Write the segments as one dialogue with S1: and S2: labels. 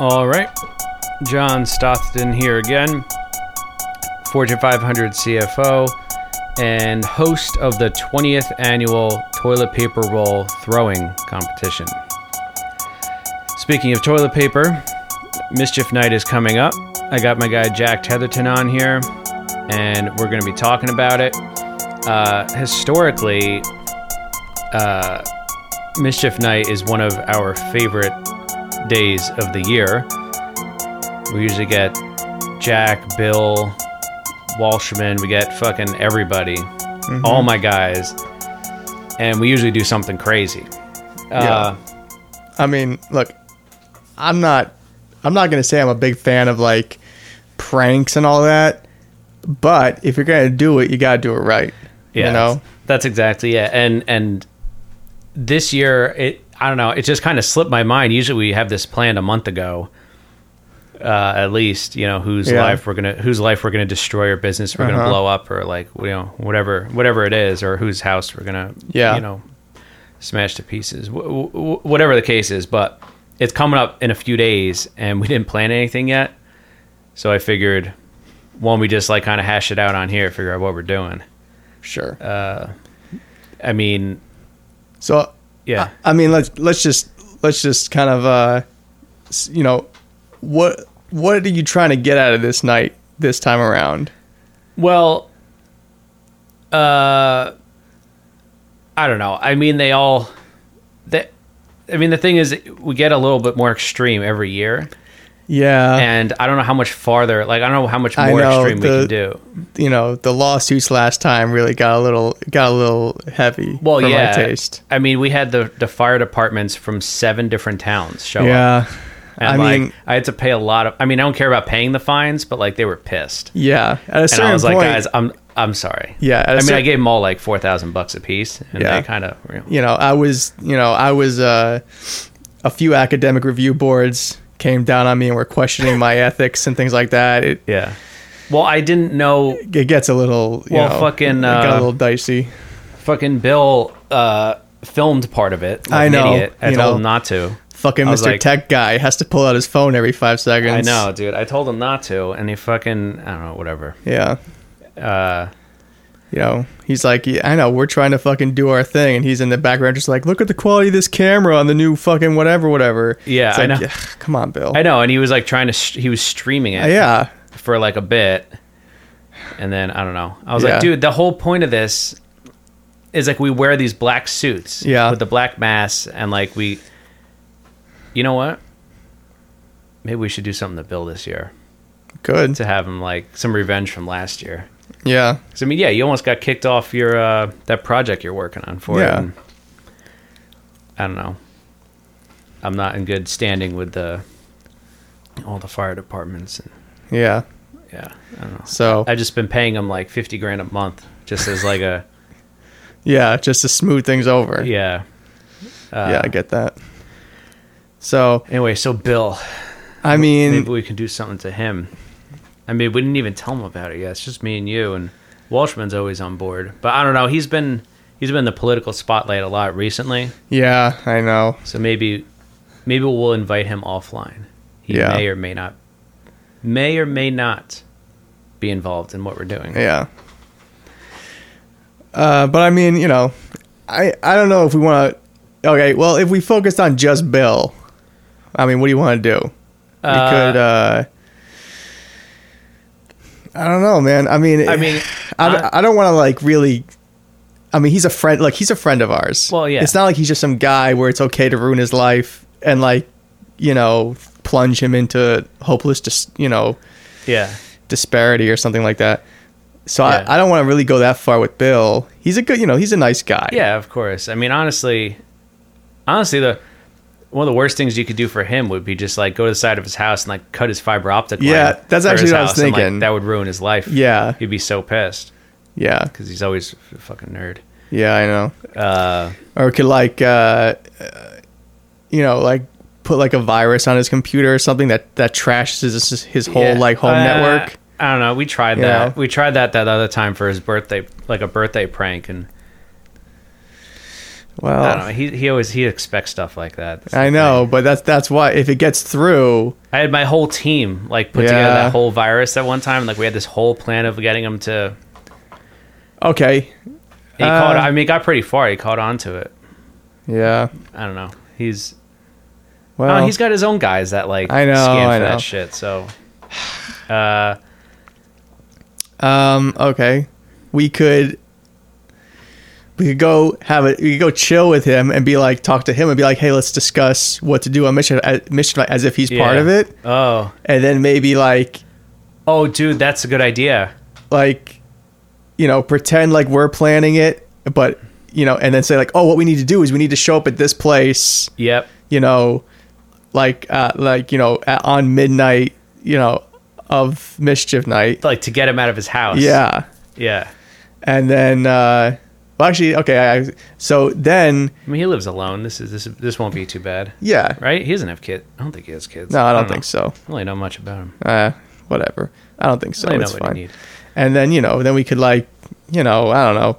S1: All right. John Stothden here again, Fortune 500 CFO and host of the 20th annual Toilet Paper Roll Throwing Competition. Speaking of toilet paper, Mischief Night is coming up. I got my guy Jack Tetherton on here, and we're going to be talking about it. Uh, historically, uh, Mischief Night is one of our favorite days of the year. We usually get Jack, Bill, Walshman, we get fucking everybody, all my guys, and we usually do something crazy. Uh,
S2: I mean, look, I'm not I'm not gonna say I'm a big fan of like pranks and all that, but if you're gonna do it, you gotta do it right.
S1: yeah,
S2: You know?
S1: that's exactly it. And and this year, it I don't know, it just kind of slipped my mind. Usually, we have this planned a month ago, uh, at least. You know, whose
S2: Yeah.
S1: life we're gonna whose life we're gonna destroy or business we're gonna
S2: Uh-huh.
S1: blow up or like you know whatever whatever it is or whose house we're gonna
S2: Yeah.
S1: you know smashed to pieces, w- w- whatever the case is. But it's coming up in a few days, and we didn't plan anything yet. So I figured, one, we just like kind of hash it out on here, figure out what we're doing.
S2: Sure.
S1: I mean,
S2: Uh, so
S1: yeah,
S2: I mean, let's let's just let's just kind of uh, s- you know, what what are you trying to get out of this night this time around?
S1: Well, uh, I don't know. I mean, they all that. I mean, the thing is, we get a little bit more extreme every year,
S2: Yeah.
S1: and I don't know how much farther. Like, I don't know how much
S2: I
S1: more
S2: know,
S1: extreme we
S2: the-
S1: can do.
S2: you know, the lawsuits last time really got a little got a little heavy
S1: Well,
S2: for
S1: yeah.
S2: my taste.
S1: I mean, we had the the fire departments from seven different towns show up.
S2: Yeah.
S1: And
S2: I
S1: like,
S2: mean-
S1: I had to pay a lot of. I mean, I don't care about paying the fines, but like, they were pissed.
S2: Yeah. At a
S1: And
S2: certain
S1: I was like,
S2: point,
S1: guys, I'm I'm sorry.
S2: Yeah, at a
S1: I mean, I
S2: cer-
S1: gave them all like four thousand bucks a piece, and
S2: Yeah.
S1: they kind of. You know,
S2: you know, I was, you know, I was uh, a few academic review boards came down on me and were questioning my ethics and things like that. It
S1: Yeah. Well, I didn't know
S2: it gets a little, you
S1: Well,
S2: know,
S1: fucking,
S2: it got
S1: uh,
S2: a little dicey.
S1: fucking Bill uh, filmed part of it. like
S2: I
S1: an
S2: know,
S1: Idiot. I
S2: you
S1: told
S2: know.
S1: him not to.
S2: Fucking
S1: I was
S2: Mr.
S1: like-
S2: Tech guy has to pull out his phone every five seconds.
S1: I know, dude. I told him not to, and he fucking I don't know, whatever.
S2: Yeah.
S1: Uh,
S2: You know, he's like, yeah, I know, we're trying to fucking do our thing, and he's in the background just like, look at the quality of this camera on the new fucking whatever, whatever.
S1: Yeah,
S2: It's
S1: I
S2: like,
S1: know.
S2: "Ugh, Come on, Bill.
S1: I know, and he was like trying to. Sh- he was streaming it
S2: yeah,
S1: for like a bit, and then I don't know. I was
S2: Yeah.
S1: like, dude, the whole point of this is like we wear these black suits,
S2: Yeah.
S1: with the black masks, and like we, you know what? Maybe we should do something to Bill this year
S2: good.
S1: to have him like some revenge from last year.
S2: Yeah,
S1: Because I mean, yeah, you almost got kicked off your uh, that project you're working on for.
S2: Yeah.
S1: It. and I don't know. I'm not in good standing with the all the fire departments. And,
S2: yeah.
S1: yeah, I don't know.
S2: So
S1: I've just been paying them like fifty grand a month, just as like a
S2: yeah, just to smooth things over.
S1: yeah. Uh,
S2: yeah, I get that. So
S1: Anyway, so Bill,
S2: I
S1: maybe
S2: mean,
S1: we can do something to him. I mean, we didn't even tell him about it yet. It's just me and you, and Walshman's always on board. But I don't know. He's been he's been in the political spotlight a lot recently.
S2: yeah, I know.
S1: So maybe maybe we'll invite him offline. He
S2: Yeah.
S1: may or may not may or may not be involved in what we're doing.
S2: Yeah. Uh, but I mean, you know, I I don't know if we want to. Okay, well, if we focused on just Bill, I mean, what do you want to do? We
S1: Uh,
S2: could. Uh, I don't know, man. I mean,
S1: I mean,
S2: I,
S1: I-
S2: I don't uh, want to like really. I mean, he's a friend. Like, he's a friend of ours.
S1: Well, yeah.
S2: It's not like he's just some guy where it's okay to ruin his life and like, you know, plunge him into hopeless, dis- you know,
S1: Yeah.
S2: disparity or something like that. So
S1: Yeah.
S2: I, I don't want to really go that far with Bill. He's a good, you know, he's a nice guy.
S1: Yeah, of course. I mean, honestly, honestly, the one of the worst things you could do for him would be just like go to the side of his house and like cut his fiber optic. line
S2: Yeah, that's
S1: for
S2: actually
S1: his
S2: what I was
S1: house, and, like,
S2: thinking.
S1: that would ruin his life.
S2: Yeah.
S1: he'd be so pissed
S2: Yeah.
S1: because he's always a fucking nerd.
S2: Yeah, I know.
S1: Uh,
S2: Or could like, uh, uh, you know, like put like a virus on his computer or something that, that trashes his, his whole
S1: Yeah.
S2: like home
S1: Uh,
S2: network.
S1: I don't know. We tried
S2: You
S1: that.
S2: know?
S1: We tried that that other time for his birthday, like a birthday prank, and
S2: Well,
S1: I don't know. He, he always he expects stuff like that. That's
S2: Oh. I
S1: the
S2: know, but that's that's why if it gets through,
S1: thing. I had my whole team like put together
S2: Yeah.
S1: that whole virus at one time. Like we had this whole plan of getting him to.
S2: okay,
S1: He caught.
S2: Uh,
S1: I mean, he got pretty far. He caught on to it.
S2: yeah.
S1: I don't know. He's
S2: Well,
S1: oh, he's got his own guys that like
S2: I know,
S1: scan for
S2: I know.
S1: that shit. So, uh,
S2: um, okay. We could we could go have a we could go chill with him and be like talk to him and be like, hey, let's discuss what to do on mission at- mission Night," as if he's part
S1: yeah.
S2: of it,
S1: Oh,
S2: and then maybe like
S1: oh, dude, that's a good idea.
S2: like you know pretend like we're planning it, but you know, and then say like, oh, what we need to do is we need to show up at this place
S1: Yep.
S2: you know, like uh, like you know, at, on midnight, you know, of mischief night.
S1: Like to get him out of his house.
S2: Yeah,
S1: Yeah.
S2: and then uh, well, actually, okay. I, so then,
S1: I mean, he lives alone. This is this this won't be too bad,
S2: yeah.
S1: right? He doesn't have kids. I don't think he has kids.
S2: No, I don't,
S1: know.
S2: think so.
S1: I don't really know much about him.
S2: Uh, whatever. I don't think so.
S1: I only know
S2: It's
S1: what
S2: fine.
S1: he needs.
S2: And then you know, then we could like, you know, I don't know,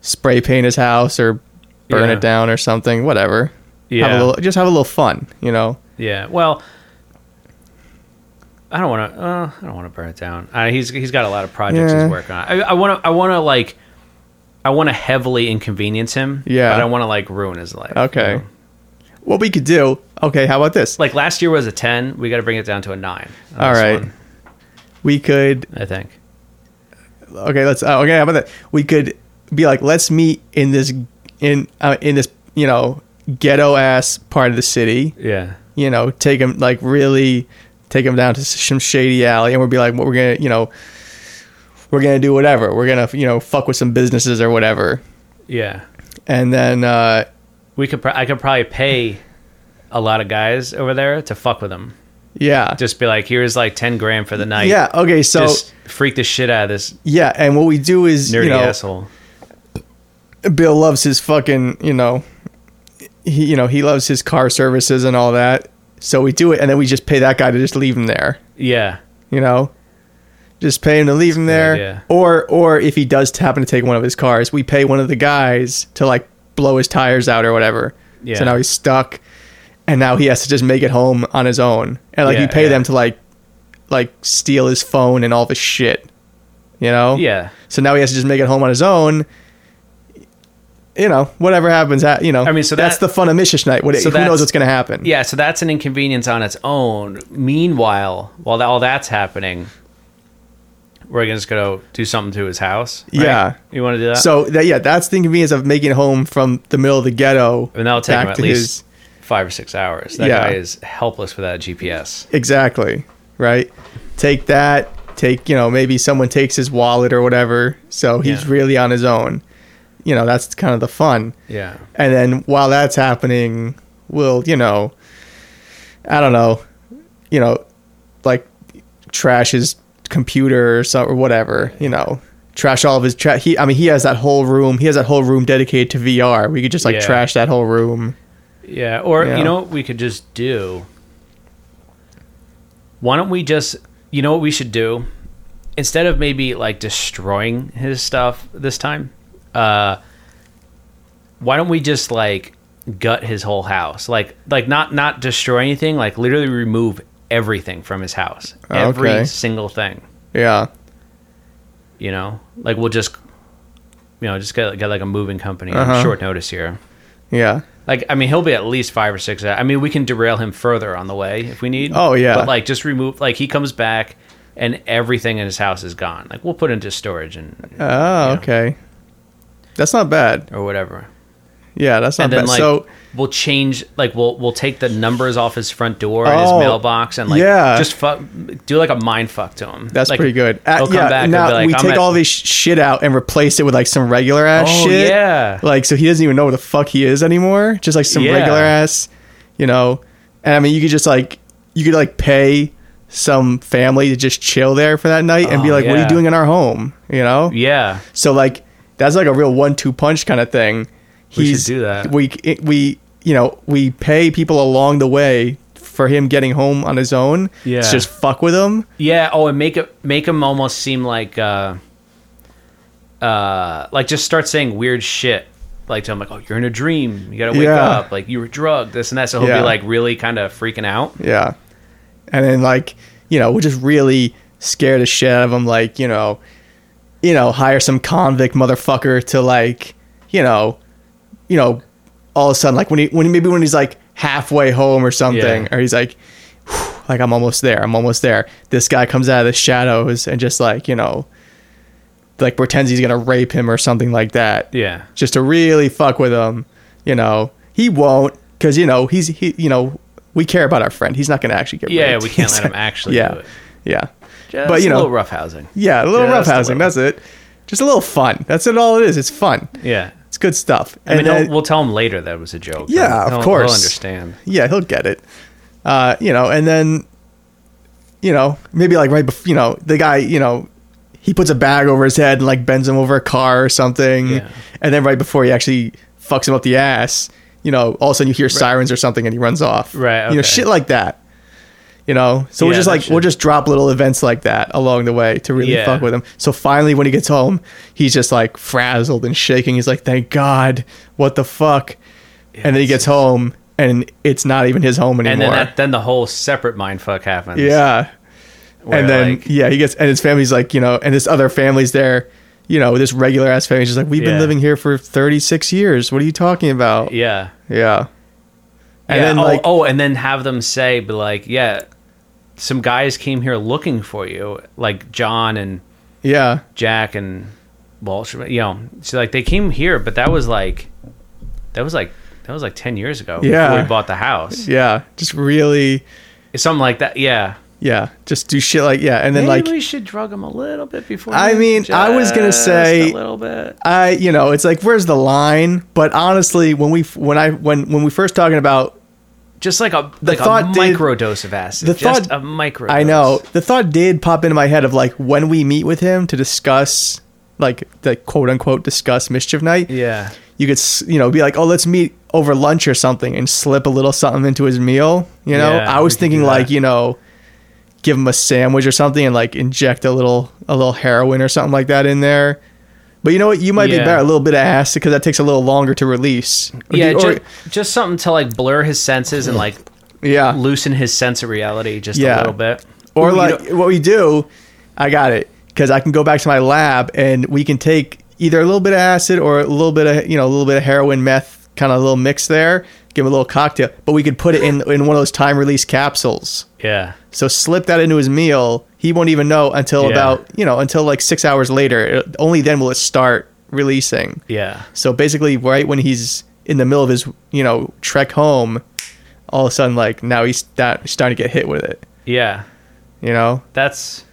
S2: spray paint his house or burn
S1: Yeah.
S2: it down or something. Whatever.
S1: Yeah.
S2: Have a little, just have a little fun. You know.
S1: Yeah. Well, I don't want to. Uh, I don't want to burn it down. Uh, he's he's got a lot of projects
S2: Yeah.
S1: he's working on. I want to. I want to like. I want to heavily inconvenience him.
S2: Yeah.
S1: But I want to like ruin his life. you
S2: Okay.
S1: know?
S2: What we could do? Okay. How about this?
S1: Like last year was a ten. We got to bring it down to a nine. on
S2: All
S1: this
S2: right.
S1: one,
S2: We could
S1: I think.
S2: okay let's uh, okay how about that we could be like let's meet in this in uh, in this you know ghetto ass part of the city
S1: Yeah.
S2: you know take him like really take him down to s- some shady alley and we'll be like what we're gonna you know we're gonna do whatever we're gonna you know fuck with some businesses or whatever
S1: Yeah.
S2: and then uh
S1: We could. Pro- I could probably pay a lot of guys over there to fuck with him.
S2: yeah
S1: Just be like, here's like ten grand for the night.
S2: yeah okay so
S1: Just freak the shit out of this
S2: yeah and what we do is
S1: nerdy
S2: you know
S1: asshole.
S2: bill loves his fucking you know he you know he loves his car services and all that so we do it and then we just pay that guy to just leave him there
S1: Yeah.
S2: you know just pay him to leave him there
S1: idea.
S2: or or if he does happen to take one of his cars we pay one of the guys to like blow his tires out or whatever
S1: Yeah.
S2: so now he's stuck and now he has to just make it home on his own and like we
S1: Yeah,
S2: pay
S1: yeah.
S2: them to like like steal his phone and all the shit you know
S1: Yeah.
S2: so now he has to just make it home on his own you know whatever happens ha- you know
S1: I mean, so
S2: that's
S1: that-
S2: the fun of mischish night what,
S1: So
S2: who knows
S1: that's-
S2: what's going to happen
S1: Yeah, so that's an inconvenience on its own. Meanwhile, while that, all that's happening, we're just gonna do something to his house. right?
S2: Yeah.
S1: you want to do that?
S2: So that yeah, that's the inconvenience of making it home from the middle of the ghetto.
S1: and that'll take
S2: back
S1: him at
S2: to
S1: least
S2: his-
S1: five or six hours. That
S2: Yeah.
S1: guy is helpless without GPS.
S2: exactly right. Take that. Take you know maybe someone takes his wallet or whatever, so he's
S1: Yeah.
S2: really on his own. You know that's kind of the fun.
S1: Yeah,
S2: And then while that's happening, we'll you know, I don't know, you know, like trash his computer or so or whatever. You know, trash all of his trash. He I mean he has that whole room. He has that whole room dedicated to VR. We could just like
S1: Yeah.
S2: trash that whole room.
S1: yeah. Or
S2: Yeah.
S1: you know what we could just do? Why don't we just? You know what we should do? Instead of maybe like destroying his stuff this time, uh, why don't we just like gut his whole house like like not not destroy anything like literally remove everything from his house every
S2: Oh, Okay.
S1: single thing
S2: Yeah.
S1: you know like we'll just you know just get, get like a moving company
S2: Uh-huh.
S1: on short notice here
S2: Yeah.
S1: like i mean he'll be at least five or six i mean we can derail him further on the way if we need
S2: Oh, yeah.
S1: but like just remove like he comes back and everything in his house is gone like we'll put it into storage and
S2: Oh,
S1: Yeah.
S2: okay. That's not bad.
S1: or whatever
S2: Yeah, that's not
S1: and then
S2: bad.
S1: like
S2: so
S1: we'll change like we'll we'll take the numbers off his front door and his
S2: Oh,
S1: mailbox and like
S2: yeah.
S1: just fuck do like a mind fuck to him.
S2: that's
S1: Like,
S2: pretty good. Uh,
S1: he'll come
S2: yeah,
S1: back and
S2: now
S1: be like,
S2: we
S1: "I'm
S2: take
S1: at-
S2: all this sh- shit out and replace it with like some regular ass
S1: Oh,
S2: shit.
S1: yeah.
S2: Like so he doesn't even know where the fuck he is anymore. Just like some
S1: Yeah.
S2: regular ass, you know. And I mean, you could just like you could like pay some family to just chill there for that night and be
S1: Oh,
S2: like, "What are
S1: yeah.
S2: you doing in our home?" You know.
S1: Yeah.
S2: So like that's like a real one-two punch kind of thing.
S1: We should do that.
S2: We we you know we pay people along the way for him getting home on his own.
S1: Yeah.
S2: to just fuck with him.
S1: Yeah, oh and make it make him almost seem like uh uh like just start saying weird shit like tell him like, oh, you're in a dream. You got to wake
S2: Yeah.
S1: up. Like you were drugged. This and that. So he'll
S2: Yeah.
S1: be like really kind of freaking out.
S2: Yeah. And then like, you know, we're just really scared the shit out of him. Like, you know, you know, hire some convict motherfucker to like, you know, you know, all of a sudden, like when he, when he, maybe when he's like halfway home or something,
S1: Yeah.
S2: or he's like, "Whew, like I'm almost there, I'm almost there. This guy comes out of the shadows and just like, you know, like pretends he's gonna rape him or something like that
S1: Yeah.
S2: just to really fuck with him. You know, he won't because you know he's he. You know, we care about our friend. He's not going to actually get.
S1: Yeah,
S2: raped.
S1: we can't
S2: He's-
S1: let him actually
S2: yeah,
S1: do it.
S2: yeah,
S1: Just
S2: but you
S1: a
S2: know,
S1: little roughhousing.
S2: yeah, a little
S1: Yeah, that's the
S2: roughhousing.
S1: way.
S2: That's it. Just a little fun. That's it. All it is. It's fun.
S1: Yeah.
S2: It's good stuff.
S1: I mean,
S2: And
S1: he'll-
S2: then-
S1: we'll tell him later that it was a joke.
S2: Yeah,
S1: He'll-
S2: of
S1: he'll-
S2: course.
S1: He'll understand.
S2: yeah, he'll get it. Uh, you know, and then, you know, maybe like right before, you know, the guy, you know, he puts a bag over his head and like bends him over a car or something,
S1: Yeah.
S2: and then right before he actually fucks him up the ass, you know, all of a sudden you hear sirens or something and he runs off,
S1: Right,
S2: You know,
S1: okay.
S2: shit like that. You know, so we're
S1: Yeah,
S2: just
S1: that
S2: like
S1: shit.
S2: we'll just drop little events like that along the way to really
S1: Yeah.
S2: fuck with him. So finally, when he gets home, he's just like frazzled and shaking. He's like, "Thank God, what the fuck." and then he gets home and it's not even his home anymore.
S1: And then that, then the whole separate mind fuck happens.
S2: yeah.
S1: where,
S2: and then
S1: like-
S2: yeah, he gets and his family's like, you know, and this other family's there, you know, this regular ass family's just like, We've been
S1: Yeah.
S2: living here for thirty six years. What are you talking about? Yeah.
S1: yeah.
S2: And
S1: Yeah,
S2: then
S1: oh,
S2: like
S1: oh, and then have them say, be like, yeah, some guys came here looking for you, like John and
S2: Yeah.
S1: Jack and Walsh. You know, so like they came here, but that was like, that was like, that was like ten years ago.
S2: Yeah.
S1: before we bought the house.
S2: Yeah. Just really
S1: Something like that. Yeah.
S2: yeah. Just do shit like yeah. And then
S1: Maybe
S2: like
S1: we should drug them a little bit before.
S2: I
S1: we-
S2: mean, I was gonna
S1: just
S2: say-
S1: a little bit.
S2: I you know it's like where's the line? But honestly, when we when I when when we first talking about
S1: Just like a like
S2: thought
S1: a
S2: did-
S1: micro dose of acid.
S2: the
S1: just
S2: thought-
S1: a micro.
S2: I know. The thought did pop into my head of like when we meet with him to discuss like the quote unquote discuss mischief night.
S1: Yeah.
S2: You could s- you know be like, "Oh, let's meet over lunch or something and slip a little something into his meal." You know?
S1: Yeah,
S2: I was
S1: we could do
S2: thinking
S1: that.
S2: like, you know, give him a sandwich or something and like inject a little a little heroin or something like that in there. But you know what? You might be
S1: Yeah.
S2: better a little bit of acid because that takes a little longer to release. Or
S1: Yeah,
S2: do- or-
S1: just, just something to like blur his senses and like
S2: yeah.
S1: loosen his sense of reality just
S2: Yeah.
S1: a little bit.
S2: Or
S1: Ooh, you
S2: like
S1: know-
S2: what we do, I got it because I can go back to my lab and we can take either a little bit of acid or a little bit of you know a little bit of heroin meth kind of a little mix there, give him a little cocktail. But we could put it in in one of those time release capsules.
S1: yeah,
S2: So slip that into his meal. He won't even know until
S1: Yeah.
S2: about you know until like six hours later. It- only then will it start releasing.
S1: yeah,
S2: So basically, right when he's in the middle of his you know trek home, all of a sudden like now he's that, starting to get hit with it.
S1: yeah.
S2: You know,
S1: That's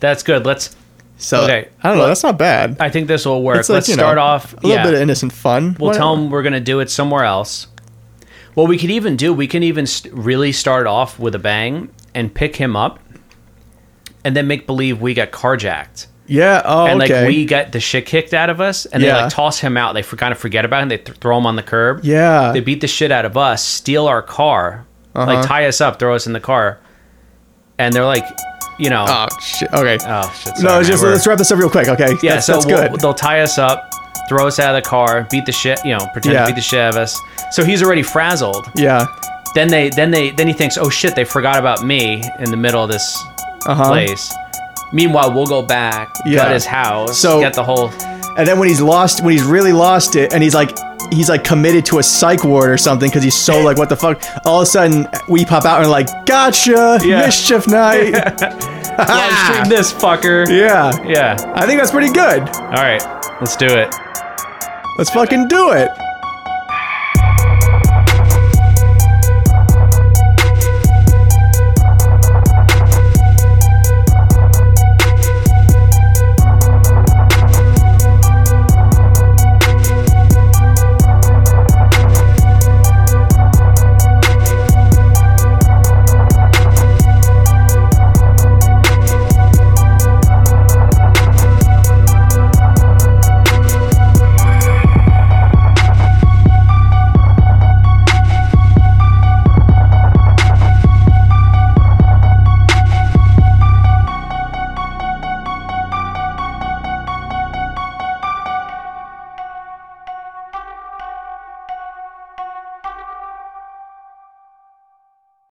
S1: that's good. Let's.
S2: So
S1: Okay.
S2: I don't know. That's not bad.
S1: I think this will work.
S2: like,
S1: uh, Let's
S2: you know,
S1: start off.
S2: a little
S1: yeah,
S2: bit of innocent fun.
S1: we'll
S2: Why
S1: tell
S2: not?
S1: him we're gonna do it somewhere else. What we could even do, we can even st- really start off with a bang and pick him up, and then make believe we got carjacked.
S2: Yeah. Oh,
S1: and
S2: okay.
S1: like we get the shit kicked out of us, and they
S2: Yeah.
S1: like toss him out. They for, kind of forget about him. They th- throw him on the curb.
S2: Yeah.
S1: they beat the shit out of us, steal our car,
S2: Uh-huh.
S1: like tie us up, throw us in the car, and they're like, you know,
S2: oh shit. Okay.
S1: oh shit. Sorry,
S2: no,
S1: man,
S2: just
S1: we're-
S2: let's wrap this up real quick. Okay.
S1: yeah.
S2: That's,
S1: so
S2: that's
S1: we'll-
S2: good.
S1: they'll tie us up, throw us out of the car, beat the shit, you know, pretend
S2: Yeah.
S1: to beat the shit out of us. So he's already frazzled.
S2: yeah.
S1: Then they, then they, then he thinks, oh shit, they forgot about me in the middle of this
S2: Uh-huh.
S1: place. Meanwhile, we'll go back,
S2: Yeah.
S1: gut his house,
S2: So-
S1: get the whole.
S2: And then when he's lost, when he's really lost it, and he's like, he's like committed to a psych ward or something because he's so like, what the fuck? All of a sudden, we pop out and like, gotcha,
S1: Yeah.
S2: mischief night.
S1: Live stream this fucker.
S2: yeah.
S1: Yeah.
S2: I think that's pretty good.
S1: All right. Let's do it.
S2: Let's fucking do it.